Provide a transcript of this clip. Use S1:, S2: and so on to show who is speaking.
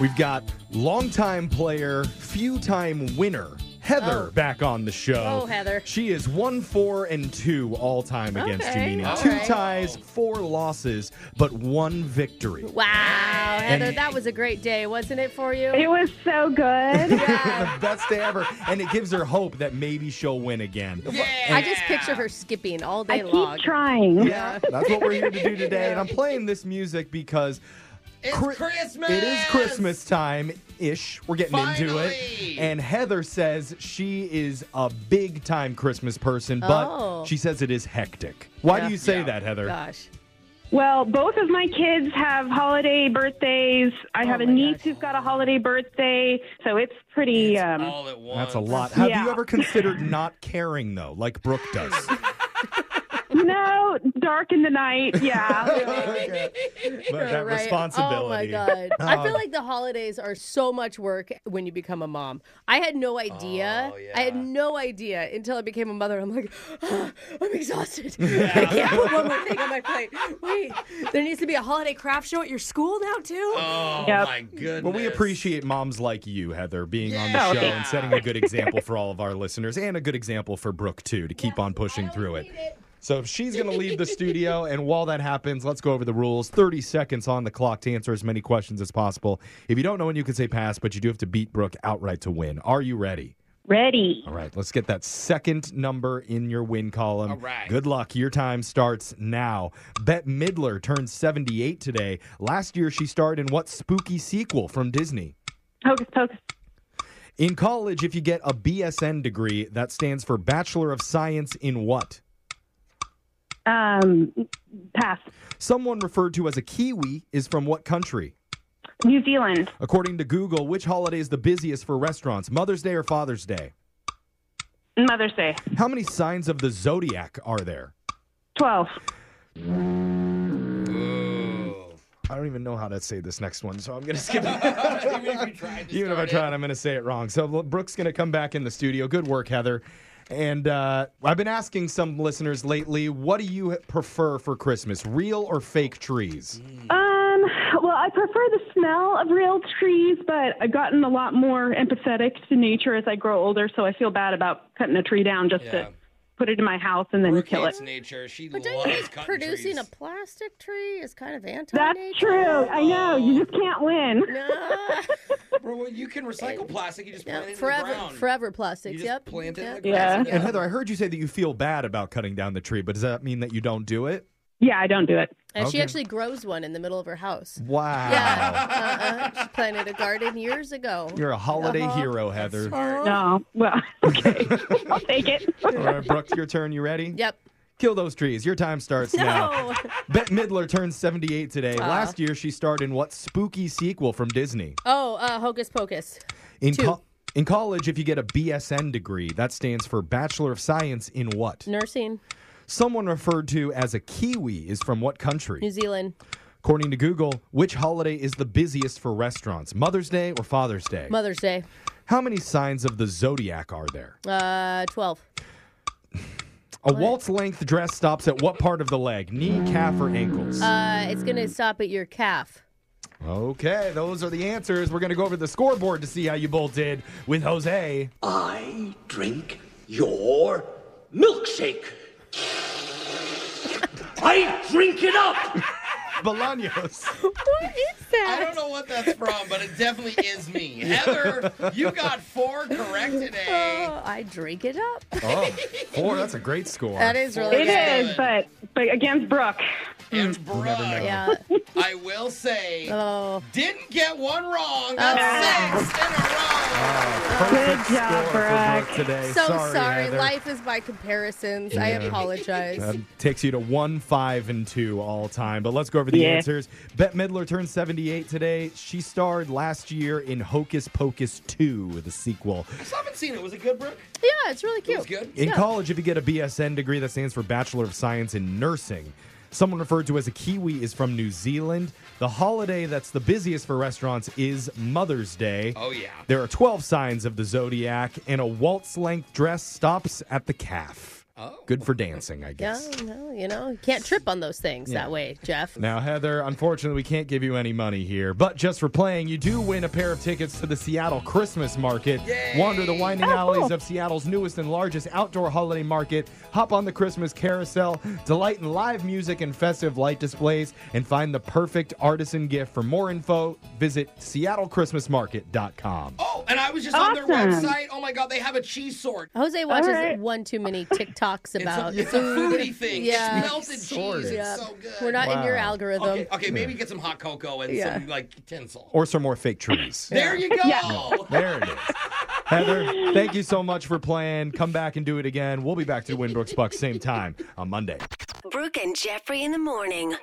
S1: We've got longtime player, few time winner, Heather,
S2: Oh.
S1: back on the show.
S2: Oh, Heather.
S1: She is one, four, and two all time against
S2: Okay,
S1: Janina.
S2: all
S1: Two
S2: right.
S1: ties, four losses, but one victory.
S2: Wow, Heather,
S1: And-
S2: that was a great day, wasn't it for you?
S3: It was so good.
S1: the best day ever. And it gives her hope that maybe she'll win again.
S2: I just picture her skipping all
S3: I
S2: day long.
S3: keep trying.
S1: Yeah, that's what we're here to do today. And I'm playing this music because
S4: It's
S1: Chri-
S4: Christmas!
S1: It is Christmas time ish. We're getting into it.
S4: Finally!
S1: And Heather says she is a big time Christmas person, but
S2: Oh.
S1: she says it is hectic. Why
S2: Yeah.
S1: do you say
S4: Yeah.
S1: that, Heather?
S2: Gosh.
S3: Well, both of my kids have holiday birthdays. I have a
S2: my
S3: niece
S2: gosh.
S3: who's got a holiday birthday, so it's pretty. um,
S4: all at once.
S1: That's a lot. Have
S3: Yeah.
S1: you ever considered not caring, though, like Brooke does?
S3: no, dark in the night. Yeah.
S1: Okay. But that
S2: You're right.
S1: responsibility.
S2: Oh my god! I feel like the holidays are so much work when you become a mom. I had no idea.
S4: Oh,
S2: I had
S4: yeah.
S2: no idea until I became a mother. I'm like, "Ah, I'm exhausted. I can't put one more thing on my plate. Wait, there needs to be a holiday craft show at your school now too.
S4: Oh
S3: Yep.
S4: my goodness.
S1: Well, we appreciate moms like you, Heather, being on the
S3: Yeah.
S1: show and setting a good example for all of our listeners and a good example for Brooke, too, to keep on pushing through it. So she's going to leave the studio. And while that happens, let's go over the rules 30 seconds on the clock to answer as many questions as possible. If you don't know when you can say pass, but you do have to beat Brooke outright to win. Are you ready?
S3: Ready.
S1: All right, let's get that second number in your win column.
S4: All right.
S1: Good luck. Your time starts now. Bette Midler turned 78 today. Last year, she starred in what spooky sequel from Disney?
S3: Hocus pocus.
S1: In college, if you get a BSN degree, that stands for Bachelor of Science in what?
S3: Um, pass.
S1: Someone referred to as a Kiwi is from what country?
S3: New Zealand.
S1: According to Google, which holiday is the busiest for restaurants, Mother's Day or Father's Day?
S3: Mother's Day.
S1: How many signs of the zodiac are there?
S3: 12.
S4: Ooh.
S1: I don't even know how to say this next one, so I'm going to skip it.
S4: Even if you tried to
S1: Even if I
S4: start it.
S1: try it, I'm going to say it wrong. So look, Brooke's going to come back in the studio. Good work, Heather. And uh, I've been asking some listeners lately, what do you prefer for Christmas, real or fake trees?
S3: Um, well, I prefer the smell of real trees, but I've gotten a lot more empathetic to nature as I grow older, so I feel bad about cutting a tree down just
S4: Yeah.
S3: to put it in my house and then
S4: Brooke
S3: kill it.
S4: hates nature. She
S2: But don't you
S4: loves
S2: think
S4: cutting
S2: producing
S4: trees.
S2: a plastic tree is kind of anti
S3: That's true. I know. You just can't win.
S2: No.
S4: Bro, well, you can recycle plastic. You just plant it
S2: Yep,
S4: in
S2: forever,
S4: the ground.
S2: forever
S4: You
S2: plastics.
S4: just
S2: yep.
S4: plant it in the
S2: yep.
S4: ground.
S3: Yeah.
S1: And Heather, I heard you say that you feel bad about cutting down the tree, but does that mean that you don't do it?
S3: Yeah, I don't do it.
S2: And she
S1: Okay.
S2: actually grows one in the middle of her house.
S1: Wow.
S2: Yeah. Uh-uh. She planted a garden years ago.
S1: You're a holiday
S2: Uh-huh.
S1: hero, Heather. All
S3: No. Well, okay. I'll take it.
S1: right, Brooke, your turn. You ready?
S2: Yep.
S1: Kill those trees. Your time starts now.
S2: No. Uh-huh.
S1: Bette Midler turned 78 today. Last year, she starred in what spooky sequel from Disney?
S2: Oh, uh, Hocus Pocus.
S1: In,
S2: Two.
S1: in college, if you get a BSN degree, that stands for Bachelor of Science in what?
S2: Nursing.
S1: Someone referred to as a Kiwi is from what
S2: New
S1: country?
S2: Zealand.
S1: According to Google, which holiday is the busiest for restaurants? Mother's Day or Father's Day?
S2: Mother's Day.
S1: How many signs of the zodiac are there?
S2: Uh, 12.
S1: A waltz length dress stops at what part of the leg? Knee, calf, or ankles?
S2: Uh, it's going to stop at your calf.
S1: okay, those are the answers. We're going to go over the scoreboard to see how you both did with Jose.
S5: I drink your milkshake. I drink it up.
S1: Bolaños.
S2: What is
S4: I don't know what that's from, but it definitely is me. Heather, you got four correct today.
S2: Oh, I drink it up.
S1: Oh, four. That's a great score.
S2: That is really
S3: It
S2: good.
S3: is, but but against Brooke.
S4: And Brooke,
S2: Yeah.
S4: I will say,
S2: Oh.
S4: didn't get one wrong. That's six in a row.
S1: Perfect
S3: Good job,
S1: score for Brooke
S3: Brooke.
S1: today.
S2: So
S1: sorry,
S2: sorry.
S1: Heather.
S2: Life is by comparisons. I
S1: Yeah.
S2: apologize.
S1: That takes you to one, five, and two all time. But let's go over the
S3: Yeah.
S1: answers. Bette Midler turned 78 today. She starred last year in Hocus Pocus 2, the sequel.
S4: I still haven't seen it. Was it good, Brooke?
S2: yeah, it's really cute.
S4: was good.
S1: In
S2: Yeah.
S1: college, if you get a BSN degree, that stands for Bachelor of Science in Nursing. Someone referred to as a Kiwi is from New Zealand. The holiday that's the busiest for restaurants is Mother's Day.
S4: Oh, yeah.
S1: There are 12 signs of the zodiac, and a waltz length dress stops at the calf.
S4: Oh.
S1: Good for dancing, I
S2: Yeah,
S1: guess.
S2: no, you know, you can't trip on those things that way, Jeff.
S1: Now, Heather, unfortunately, we can't give you any money here, but just for playing, you do win a pair of tickets to the Seattle Christmas Market. Wander the winding alleys of Seattle's newest and largest outdoor holiday market. Hop on the Christmas carousel, delight in live music and festive light displays, and find the perfect artisan gift. For more info, visit seattlechristmasmarket.com.
S4: Oh, and I was just on their
S3: Awesome.
S4: website. Oh my God, they have a cheese sword.
S2: Jose watches
S3: right.
S2: one too many TikToks
S4: It's a,
S2: about
S4: it's a
S2: food.
S4: foodie thing.
S2: Yeah.
S4: It's melted
S1: Sword.
S4: cheese.
S2: Yeah.
S4: It's so good.
S2: We're not in your
S1: Wow.
S2: algorithm.
S4: okay, okay, maybe get some hot cocoa and
S2: Yeah.
S4: some like tinsel.
S1: Or some more fake trees.
S4: there you go.
S1: There it is. Heather, thank you so much for playing. Come back and do it again. We'll be back to the Winbrooks Bucks same time on Monday.
S6: Brooke and Jeffrey in the morning.